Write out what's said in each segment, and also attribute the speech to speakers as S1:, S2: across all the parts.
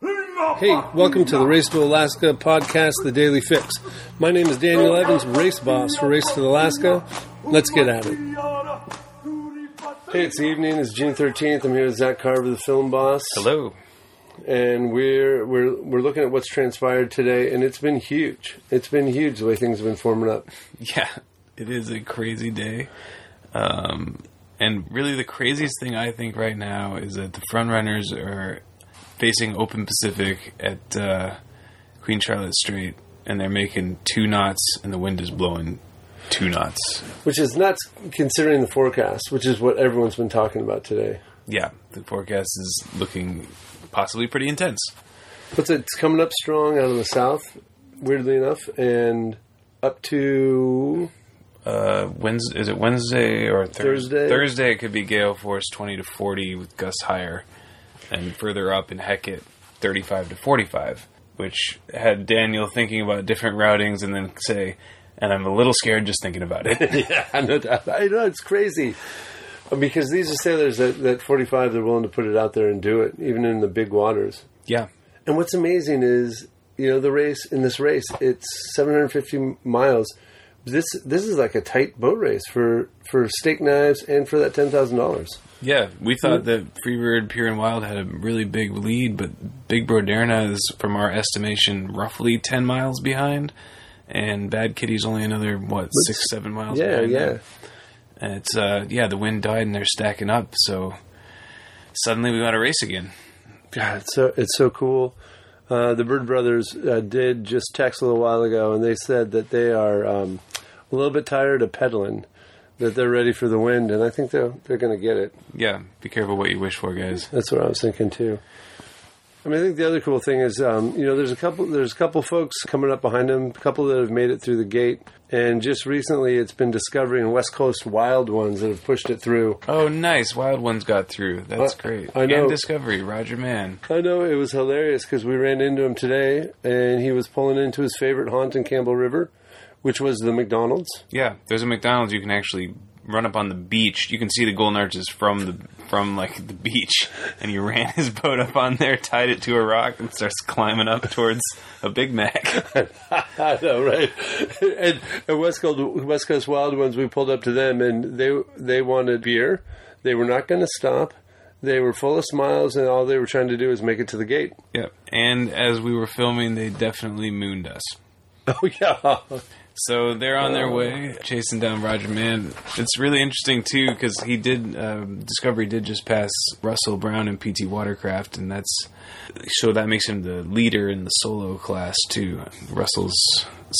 S1: Hey, welcome to the Race to Alaska podcast, The Daily Fix. My name is Daniel Evans, race boss for Race to Alaska. Let's get at it. Hey, it's the evening. It's June thirteenth. I'm here with Zach Carver, the film boss.
S2: Hello.
S1: And we're we're we're looking at what's transpired today, and it's been huge. It's been huge the way things have been forming up.
S2: Yeah, it is a crazy day. Um, and really, the craziest thing I think right now is that the frontrunners are facing open Pacific at uh, Queen Charlotte Strait, and they're making two knots, and the wind is blowing two knots.
S1: Which is nuts considering the forecast, which is what everyone's been talking about today.
S2: Yeah, the forecast is looking possibly pretty intense.
S1: But it's coming up strong out of the south, weirdly enough, and up to
S2: Uh, Wednesday, is it Wednesday or Thurs-
S1: Thursday.
S2: Thursday it could be gale force twenty to forty with gusts higher, and further up in Hecate, thirty-five to forty-five. Which had Daniel thinking about different routings, and then say, "And I'm a little scared just thinking about it."
S1: yeah, no doubt. I know it's crazy Uh, because these are sailors that that 45 they're willing to put it out there and do it, even in the big waters.
S2: yeah,
S1: And what's amazing is, you know, the race in this race, it's 750 miles. This this is like a tight boat race for for steak knives and for that ten thousand dollars.
S2: yeah. We thought that Freebird Pure and Wild had a really big lead, but Big Broderna is, from our estimation, roughly ten miles behind, and Bad Kitty's only another what six, seven miles.
S1: Yeah,
S2: behind
S1: yeah.
S2: them. And it's uh yeah, the wind died and they're stacking up, so suddenly we want to race again.
S1: God, it's so it's so cool. Uh, the Bird Brothers uh, did just text a little while ago, and they said that they are um, a little bit tired of pedaling, that they're ready for the wind, and I think they're they're going to get it.
S2: Yeah, be careful what you wish for, guys.
S1: That's what I was thinking too. I mean, I think the other cool thing is, um, you know, there's a couple there's a couple folks coming up behind them, a couple that have made it through the gate, and just recently it's been discovering West Coast wild ones that have pushed it through.
S2: Oh, nice. Wild Ones got through. That's
S1: I-
S2: great.
S1: Uh, I know.
S2: And Discovery, Roger Mann.
S1: I know it was hilarious because we ran into him today, and he was pulling into his favorite haunt in Campbell River, which was the McDonald's.
S2: Yeah, there's a McDonald's you can actually run up on the beach. You can see the Golden Arches from the from like the beach. And he ran his boat up on there, tied it to a rock, and starts climbing up towards a Big Mac.
S1: I know, right? and and West Coast West Coast Wild Ones, we pulled up to them, and they they wanted beer. They were not going to stop. They were full of smiles, and all they were trying to do was make it to the gate.
S2: yeah. And as we were filming, they definitely mooned us.
S1: Oh yeah,
S2: So they're on their way, chasing down Roger Mann. It's really interesting too because he did um, Discovery did just pass Russell Brown and PT Watercraft, and that's so that makes him the leader in the solo class too. Russell's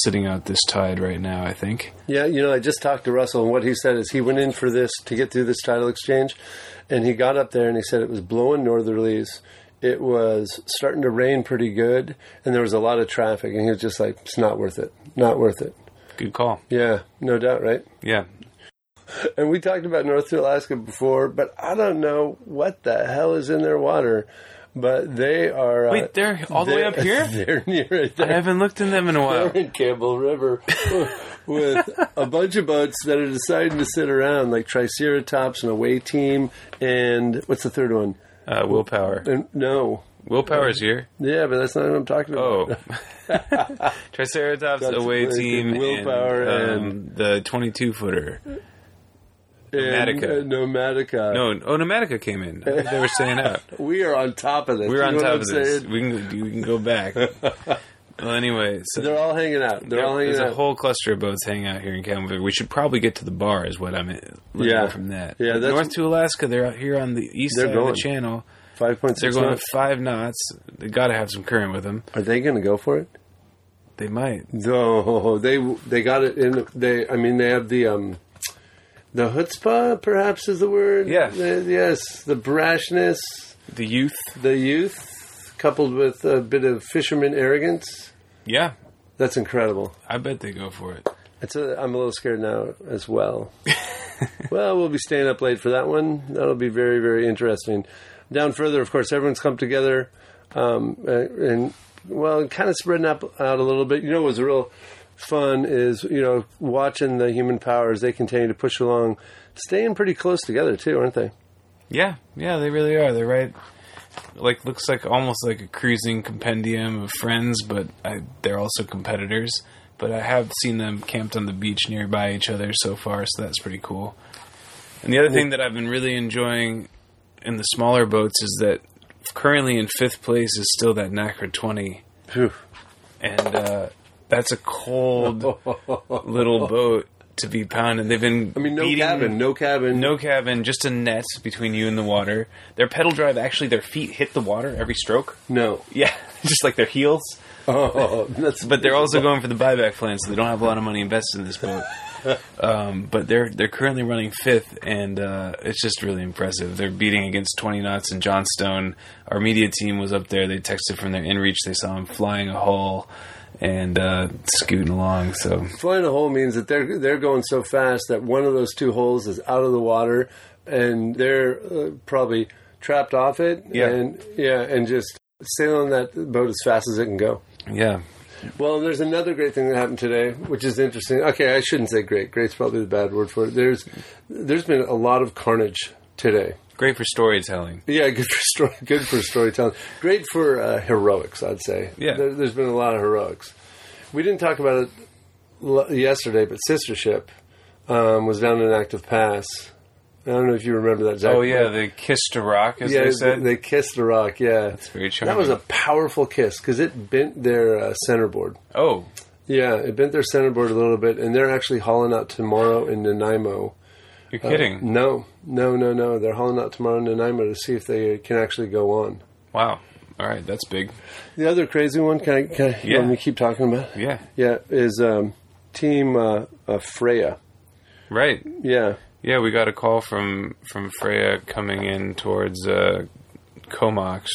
S2: sitting out this tide right now, I think.
S1: yeah. You know, I just talked to Russell, and what he said is he went in for this to get through this title exchange, and he got up there and he said it was blowing northerlies. It was starting to rain pretty good, and there was a lot of traffic, and he was just like, "It's not worth it. Not worth it."
S2: Good call.
S1: Yeah, no doubt, right?
S2: Yeah,
S1: And we talked about North Alaska before, but I don't know what the hell is in their water. But they are. uh,
S2: Wait, they're all the way up here?
S1: They're near it.
S2: I
S1: They're,
S2: haven't looked in them in a
S1: they're
S2: while.
S1: in Campbell River with a bunch of boats that are deciding to sit around, like Triceratops and a Way Team, and what's the third one?
S2: Uh, willpower.
S1: And, no.
S2: Willpower's here.
S1: Yeah, but that's not what I'm talking about.
S2: Oh, Triceratops
S1: That's
S2: away
S1: like
S2: team,
S1: Willpower
S2: and, um, the twenty-two footer.
S1: And,
S2: Nomadica.
S1: uh, Nomadica.
S2: No, oh, Nomadica came in. I think they were staying out.
S1: We are on top of this.
S2: We're
S1: You
S2: on
S1: know
S2: top
S1: what
S2: of
S1: I'm
S2: this.
S1: saying?
S2: We can we can go back. well, anyway, so
S1: They're all hanging out. They're uh, all hanging
S2: there's
S1: out.
S2: a whole cluster of boats hanging out here in Camelville. We should probably get to the bar, is what I'm looking
S1: Yeah.
S2: from that.
S1: Yeah, that's-
S2: north to Alaska. They're out here on the east
S1: They're
S2: side
S1: going.
S2: of the channel.
S1: Five point
S2: They're
S1: six.
S2: going at five knots. They got to have some current with them.
S1: Are they going to go for it?
S2: They might.
S1: No, they they got it in. They, I mean, they have the um, the chutzpah, perhaps is the word.
S2: Yeah.
S1: The- yes, the brashness,
S2: The youth.
S1: the youth, coupled with a bit of fisherman arrogance.
S2: Yeah,
S1: That's incredible.
S2: I bet they go for it.
S1: It's a, I'm a little scared now as well. well, we'll be staying up late for that one. That'll be very very interesting. Down further, of course, everyone's come together, um, uh, and well, kind of spreading up out a little bit. You know, what was real fun is you know watching the human powers. They continue to push along, staying pretty close together too, aren't they?
S2: Yeah, yeah, they really are. They're right. like looks like almost like a cruising compendium of friends, but I, they're also competitors. But I have seen them camped on the beach nearby each other so far, so that's pretty cool. And the other thing that I've been really enjoying in the smaller boats is that currently in fifth place is still that Nacra 20,
S1: Phew.
S2: and uh, that's a cold little boat to be pounded. They've been
S1: I mean, no
S2: beating-
S1: cabin, no cabin,
S2: no cabin, just a net between you and the water. Their pedal drive, actually, their feet hit the water every stroke.
S1: no.
S2: Yeah, just like their heels.
S1: Oh, that's
S2: But they're also going for the buyback plan, so they don't have a lot of money invested in this boat. Um, but they're they're currently running fifth, and uh, it's just really impressive. They're beating against 20 knots and Johnstone. Our media team was up there. They texted from their inReach. They saw him flying a hull and uh, scooting along. So
S1: flying a hole means that they're they're going so fast that one of those two holes is out of the water, and they're uh, probably trapped off it.
S2: Yeah.
S1: and yeah, and just sailing that boat as fast as it can go.
S2: yeah,
S1: Well, there's another great thing that happened today, which is interesting. Okay, I shouldn't say great. Great's probably the bad word for it. There's there's been a lot of carnage today.
S2: great for storytelling.
S1: Yeah, good for story, good for storytelling. Great for uh, heroics, I'd say.
S2: Yeah.
S1: there, there's been a lot of heroics. We didn't talk about it l- yesterday, but Sistership um, was down in active pass. I don't know if you remember that. Zach.
S2: Oh yeah, they kissed a rock, as
S1: yeah,
S2: they said.
S1: they kissed the rock. Yeah, that's
S2: very
S1: That was
S2: charming.
S1: a powerful kiss because it bent their uh, centerboard.
S2: oh,
S1: Yeah, it bent their centerboard a little bit, and they're actually hauling out tomorrow in Nanaimo.
S2: you're kidding.
S1: No, no, no, no. They're hauling out tomorrow in Nanaimo to see if they can actually go on.
S2: Wow. All right, that's big.
S1: The other crazy one, can I, can I
S2: Yeah.
S1: let me keep talking about? it?
S2: Yeah.
S1: Yeah, is um, Team uh, uh, Freya.
S2: Right.
S1: Yeah,
S2: Yeah, we got a call from from Freya coming in towards uh, Comox,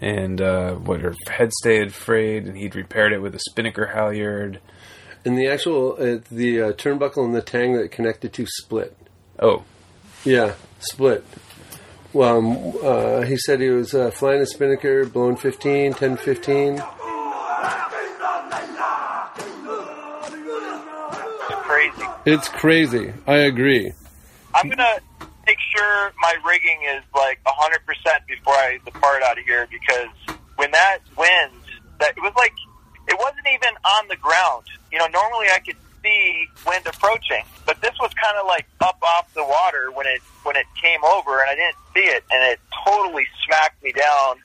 S2: and uh, what her headstay had frayed, and he'd repaired it with a spinnaker halyard.
S1: and the actual uh, the uh, turnbuckle and the tang that connected to split.
S2: Oh,
S1: Yeah, split. Well, um, uh, he said he was uh, flying a spinnaker, blown 15, 10 15.
S3: crazy.
S1: It's crazy. I agree.
S3: I'm gonna make sure my rigging is like 100 percent before I depart out of here because when that wind, that it was like it wasn't even on the ground. You know, normally I could see wind approaching, but this was kind of like up off the water when it when it came over, and I didn't see it, and it totally smacked me down.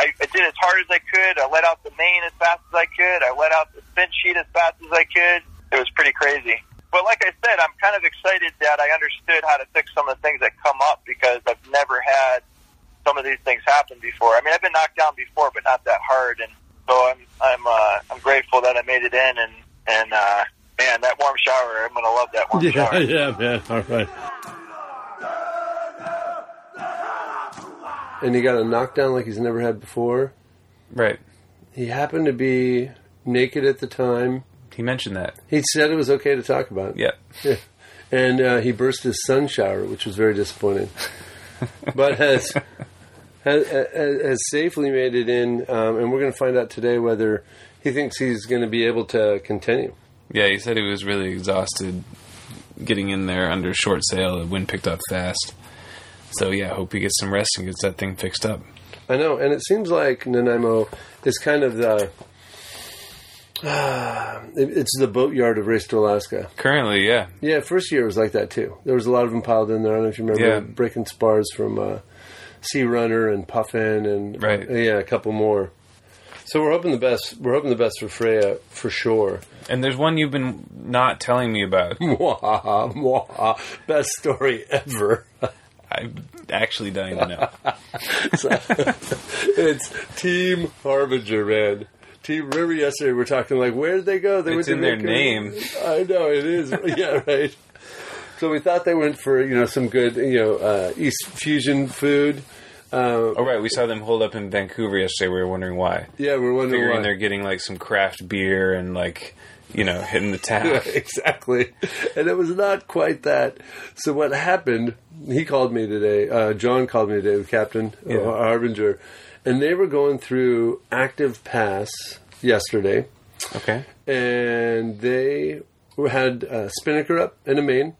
S3: I, I did as hard as I could. I let out the main as fast as I could. I let out the spin sheet as fast as I could. It was pretty crazy. But like I said, I'm kind of excited that I understood how to fix some of the things that come up because I've never had some of these things happen before. I mean, I've been knocked down before, but not that hard. And so I'm I'm uh, I'm grateful that I made it in. And and uh, man, that warm shower. I'm gonna love that warm shower.
S1: yeah, man. All right. And he got a knockdown like he's never had before.
S2: right.
S1: He happened to be naked at the time.
S2: He mentioned that.
S1: He said it was okay to talk about.
S2: Yeah.
S1: Yeah. And uh, he burst his sun shower, which was very disappointing. but has, has has safely made it in, um, and we're going to find out today whether he thinks he's going to be able to continue.
S2: Yeah, he said he was really exhausted getting in there under short sail. The wind picked up fast. So yeah, hope he gets some rest and gets that thing fixed up.
S1: I know, and it seems like Nanaimo is kind of the. ah, it- it's the boatyard of Race to Alaska.
S2: Currently, yeah.
S1: Yeah, first year was like that too. There was a lot of them piled in there. I don't know if you remember
S2: Yeah.
S1: breaking spars from uh, Sea Runner and Puffin and
S2: Right.
S1: yeah, a couple more. So we're hoping the best. We're hoping the best for Freya for sure.
S2: And there's one you've been not telling me about.
S1: Mwah, mwah, best story ever.
S2: I'm actually dying to know.
S1: it's Team Harbinger, man. Team. Remember yesterday we were talking like, where did they go? They
S2: It's
S1: to
S2: in their
S1: Vancouver.
S2: name.
S1: I know it is. yeah, right. So we thought they went for you know some good you know uh, East fusion food. Uh,
S2: Oh right, we saw them hold up in Vancouver yesterday. We were wondering why.
S1: yeah, we're wondering
S2: Figuring
S1: why.
S2: they're getting like some craft beer and like you know hitting the town.
S1: Yeah, exactly. And it was not quite that. So what happened? He called me today. Uh, John called me today, the captain
S2: Yeah.
S1: uh, Harbinger, and they were going through active pass yesterday,
S2: Okay.
S1: and they had uh, Spinnaker up and a main,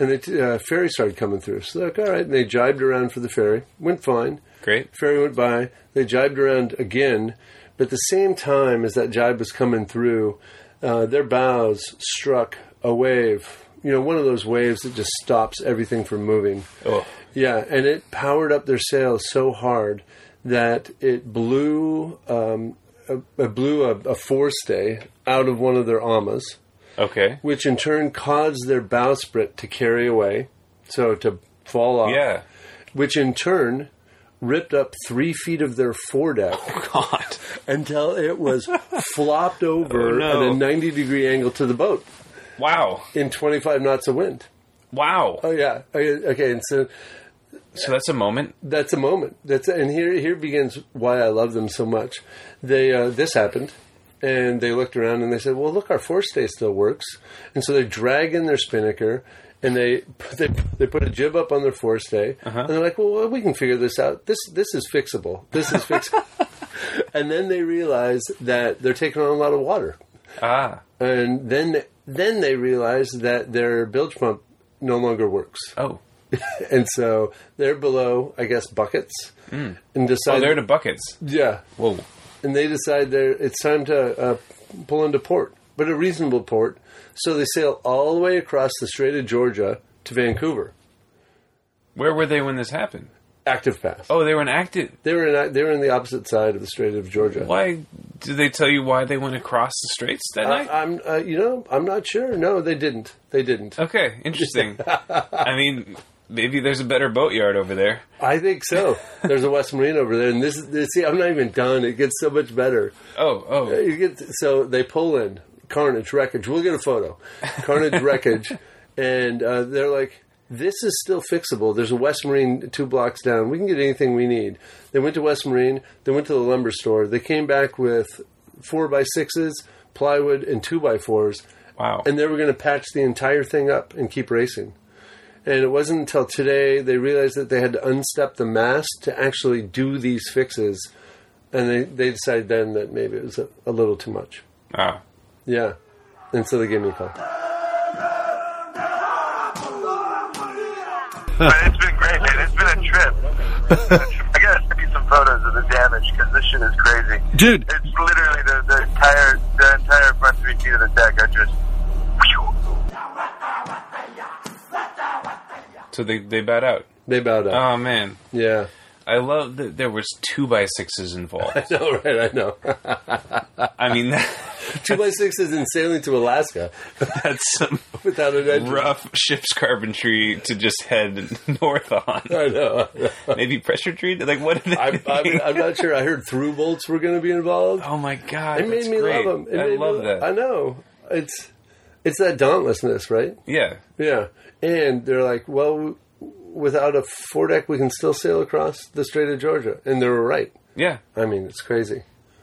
S1: and the t- uh, ferry started coming through. So they're like, all right, and they jibed around for the ferry, went fine.
S2: Great.
S1: ferry went by. They jibed around again, but at the same time as that jibe was coming through, uh, their bows struck a wave. You know, one of those waves that just stops everything from moving.
S2: Oh.
S1: Yeah, and it powered up their sails so hard that it blew um, a, it blew a, a forestay out of one of their amas
S2: Okay.
S1: which in turn caused their bowsprit to carry away, so to fall off.
S2: Yeah.
S1: Which in turn ripped up three feet of their foredeck
S2: God.
S1: until it was flopped over
S2: Oh, no.
S1: at a 90 degree angle to the boat
S2: Wow.
S1: in 25 knots of wind.
S2: Wow.
S1: Oh, yeah. Okay, okay, and so
S2: So that's a moment.
S1: that's a moment. That's and here here begins why I love them so much. They uh, this happened, and they looked around and they said, "Well, look, our forestay still works." And so they drag in their spinnaker and they they they put a jib up on their forestay, and they're like, "Well, we can figure this out. This this is fixable. This is fixable." and then they realize that they're taking on a lot of water,
S2: Ah.
S1: and then then they realize that their bilge pump no longer works
S2: Oh.
S1: and so they're below, I guess, buckets, and decide.
S2: Oh, they're to buckets.
S1: yeah,
S2: Whoa.
S1: and they decide they're it's time to uh, pull into port, but a reasonable port. So they sail all the way across the Strait of Georgia to Vancouver,
S2: Where were they when this happened?
S1: active path.
S2: Oh, they were in active.
S1: They were in they were in the opposite side of the Strait of Georgia.
S2: Why did they tell you why they went across the straits that
S1: I,
S2: night?
S1: I'm, uh, you know, I'm not sure. No, they didn't. They didn't.
S2: okay, interesting. I mean, maybe there's a better boatyard over there.
S1: I think so. There's a West Marine over there, and this is this- see, I'm not even done. It gets so much better.
S2: Oh, oh,
S1: You get so they pull in carnage, wreckage. We'll get a photo, carnage, wreckage, and uh, they're like, "This is still fixable." There's a West Marine two blocks down. We can get anything we need. They went to West Marine. They went to the lumber store. They came back with four by sixes, plywood, and two by fours,
S2: wow.
S1: and they were going to patch the entire thing up and keep racing. And it wasn't until today they realized that they had to unstep the mast to actually do these fixes. And they, they decided then that maybe it was a, a little too much.
S2: wow.
S1: Yeah. And so they gave me a call.
S3: but it's been great, man. It's been a trip. I gotta send you some photos of the damage because this shit is crazy.
S4: Dude.
S3: It's literally the, the entire the entire front three feet of the deck are just.
S2: So they they bat out.
S1: They bowed out.
S2: Oh man,
S1: yeah.
S2: I love that there was two by sixes involved.
S1: No, right, I know.
S2: I mean, that,
S1: Two by sixes and sailing to Alaska
S2: that's some
S1: without an engine.
S2: rough ship's carpentry to just head north on.
S1: I know.
S2: Maybe pressure treated. Like what? Did they
S1: I'm, I'm,
S2: think?
S1: I'm not sure. I heard through bolts were going to be involved.
S2: oh my god,
S1: it made
S2: that's
S1: me
S2: great.
S1: love them.
S2: I love that.
S1: I know. It's it's that dauntlessness, right?
S2: yeah.
S1: Yeah, and they're like, well, w- without a foredeck, we can still sail across the Strait of Georgia, and they were right.
S2: Yeah.
S1: I mean, it's crazy.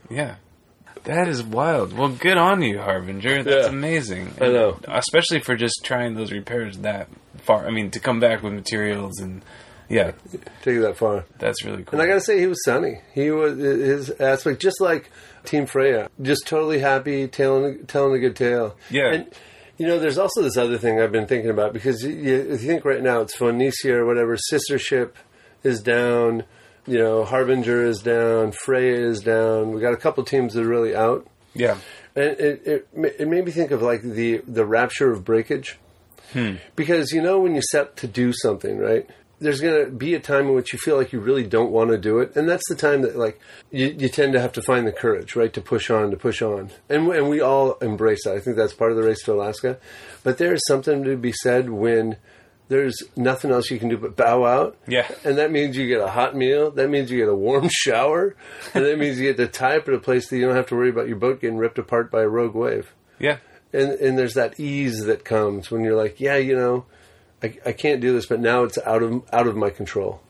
S2: Yeah. That is wild. Well, good on you, Harbinger. That's
S1: Yeah.
S2: amazing.
S1: I know.
S2: Especially for just trying those repairs that far. I mean, to come back with materials and yeah,
S1: Take it that far,
S2: that's really cool.
S1: and I gotta say, he was sunny. He was his aspect, just like Team Freya, just totally happy, telling telling a good tale.
S2: Yeah.
S1: and you know, there's also this other thing I've been thinking about because you, you you think right now it's Phoenicia or whatever, sister ship is down. You know, Harbinger is down, Freya is down. We got a couple teams that are really out.
S2: yeah.
S1: And it, it, it made me think of like the, the rapture of breakage. Because you know, when you set to do something, right? There's going to be a time in which you feel like you really don't want to do it. And that's the time that like you, you tend to have to find the courage, right? To push on, to push on. And, we- and we all embrace that. I think that's part of the race to Alaska. But there is something to be said when there's nothing else you can do but bow out.
S2: Yeah.
S1: And that means you get a hot meal. That means you get a warm shower. And that means you get to tie up at a place that you don't have to worry about your boat getting ripped apart by a rogue wave.
S2: Yeah.
S1: And, and there's that ease that comes when you're like, yeah, you know, I, I can't do this, but now it's out of out of my control.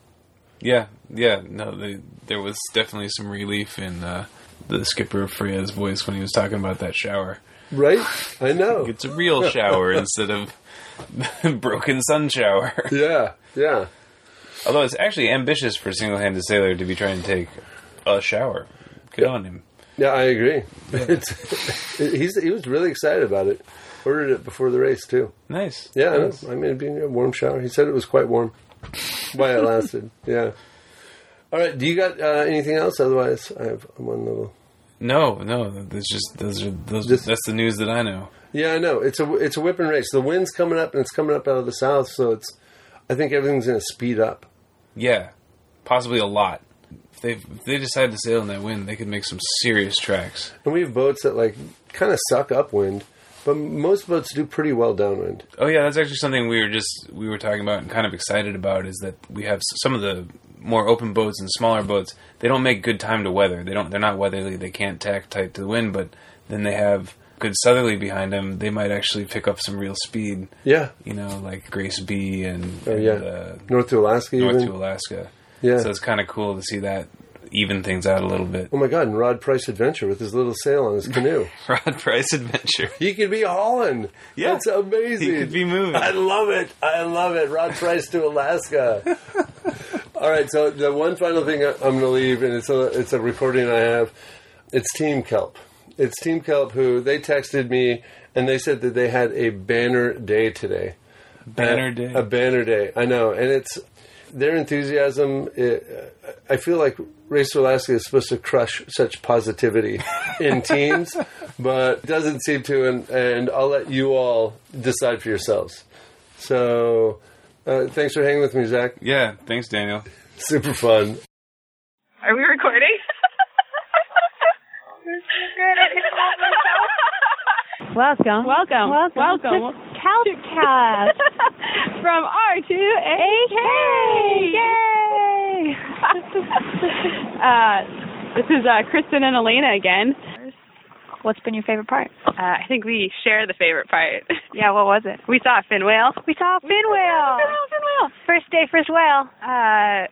S2: Yeah. Yeah. No, they, there was definitely some relief in uh, the skipper of Freya's voice when he was talking about that shower.
S1: Right? I know.
S2: It's a real shower instead of broken sun shower.
S1: Yeah, yeah.
S2: Although it's actually ambitious for a single-handed sailor to be trying to take a shower. Good on him.
S1: Yeah, I agree. It's, he's, he was really excited about it. Ordered it before the race, too.
S2: Nice.
S1: Yeah, I, know.
S2: Nice.
S1: I mean, being a warm shower. He said it was quite warm. Why it lasted. Yeah. All right. Do you got uh, anything else? Otherwise, I have one little.
S2: No, no, that's just those are those.
S1: Just-
S2: that's the news that I know.
S1: Yeah, I know. It's a it's a whip and race. The wind's coming up, and it's coming up out of the south. So it's, I think everything's going to speed up.
S2: Yeah, possibly a lot. If they if they decide to sail in that wind, they could make some serious tracks.
S1: And we have boats that like kind of suck upwind, but most boats do pretty well downwind.
S2: Oh yeah, that's actually something we were just we were talking about and kind of excited about is that we have s- some of the more open boats and smaller boats. They don't make good time to weather. They don't. They're not weatherly. They can't tack tight to the wind. But then they have good southerly behind them. They might actually pick up some real speed.
S1: Yeah.
S2: You know, like Grace B and,
S1: Oh
S2: and,
S1: yeah.
S2: uh,
S1: north to Alaska.
S2: north
S1: even.
S2: to Alaska.
S1: Yeah.
S2: So it's kind of cool to see that even things out a little bit.
S1: Oh my God! And Rod Price Adventure with his little sail on his canoe.
S2: Rod Price adventure.
S1: he could be hauling.
S2: Yeah.
S1: That's amazing.
S2: He could be moving.
S1: I love it. I love it. Rod Price to Alaska. All right. So the one final thing I- I'm going to leave, and it's a it's a recording I have. It's Team Kelp. It's Team Kelp who they texted me and they said that they had a banner day today.
S2: Banner
S1: A-
S2: day.
S1: A banner day. I know, and it's their enthusiasm. It, I feel like Race to Alaska is supposed to crush such positivity in teams, but it doesn't seem to. And, and I'll let you all decide for yourselves. So, uh, thanks for hanging with me, Zach.
S2: yeah. Thanks, Daniel.
S1: Super fun.
S4: Are we recording?
S5: Welcome, welcome,
S6: welcome,
S5: welcome, to Couchcast from R to AK. Yay! uh, this is uh, Kristen and Elena again.
S6: What's been your favorite part?
S5: Uh, I think we share the favorite part.
S6: Yeah, what was it?
S5: We saw a fin whale.
S6: We saw a fin whale.
S5: Oh, Fin whale, fin whale.
S6: First day, first whale.
S5: Uh,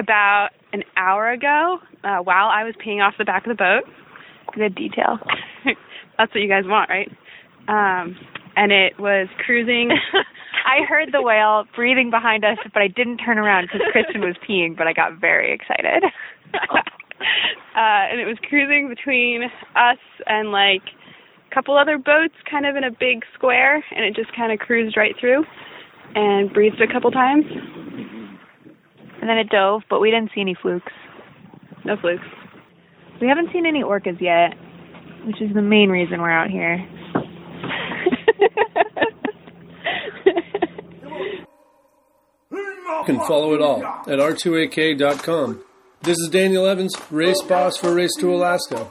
S5: about an hour ago, uh, while I was peeing off the back of the boat,
S6: Good detail.
S5: that's what you guys want, right? Um, and it was cruising.
S6: I heard the whale breathing behind us, but I didn't turn around because Kristen was peeing, but I got very excited.
S5: uh, and it was cruising between us and like a couple other boats, kind of in a big square, and it just kind of cruised right through and breathed a couple times.
S6: and then it dove, but we didn't see any flukes.
S5: No flukes.
S6: We haven't seen any orcas yet, which is the main reason we're out here.
S1: You can follow it all at r2ak.com. This is Daniel Evans, race boss for Race to Alaska.